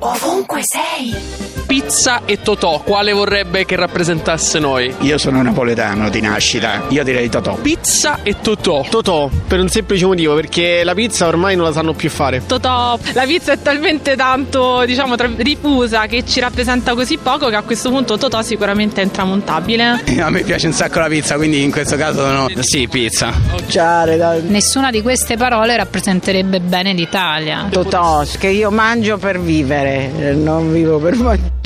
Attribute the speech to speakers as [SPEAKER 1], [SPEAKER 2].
[SPEAKER 1] Ovunque sei.
[SPEAKER 2] Pizza e Totò, quale vorrebbe che rappresentasse noi?
[SPEAKER 3] Io sono napoletano di nascita, io direi Totò.
[SPEAKER 2] Pizza e Totò.
[SPEAKER 4] Totò, per un semplice motivo, perché la pizza ormai non la sanno più fare.
[SPEAKER 5] Totò, la pizza è talmente tanto, diciamo, tra- rifusa che ci rappresenta così poco che a questo punto Totò sicuramente è intramontabile.
[SPEAKER 3] A me piace un sacco la pizza, quindi in questo caso no. Sì, pizza.
[SPEAKER 6] Ciare, dai.
[SPEAKER 7] Nessuna di queste parole rappresenterebbe bene l'Italia.
[SPEAKER 6] Totò, che io mangio per vivere, eh, non vivo per mangiare.